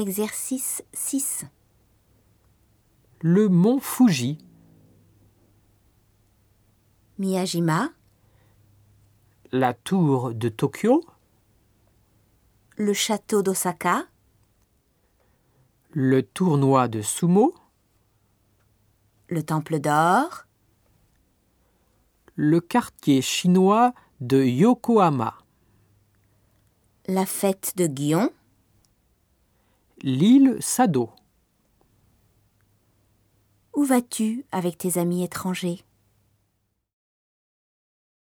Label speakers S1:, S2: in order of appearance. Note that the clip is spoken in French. S1: Exercice 6.
S2: Le mont Fuji,
S1: Miyajima,
S2: la tour de Tokyo,
S1: le château d'Osaka,
S2: le tournoi de sumo,
S1: le temple d'or,
S2: le quartier chinois de Yokohama,
S1: la fête de Gion,
S2: l'île Sado.
S1: où vas-tu avec tes amis étrangers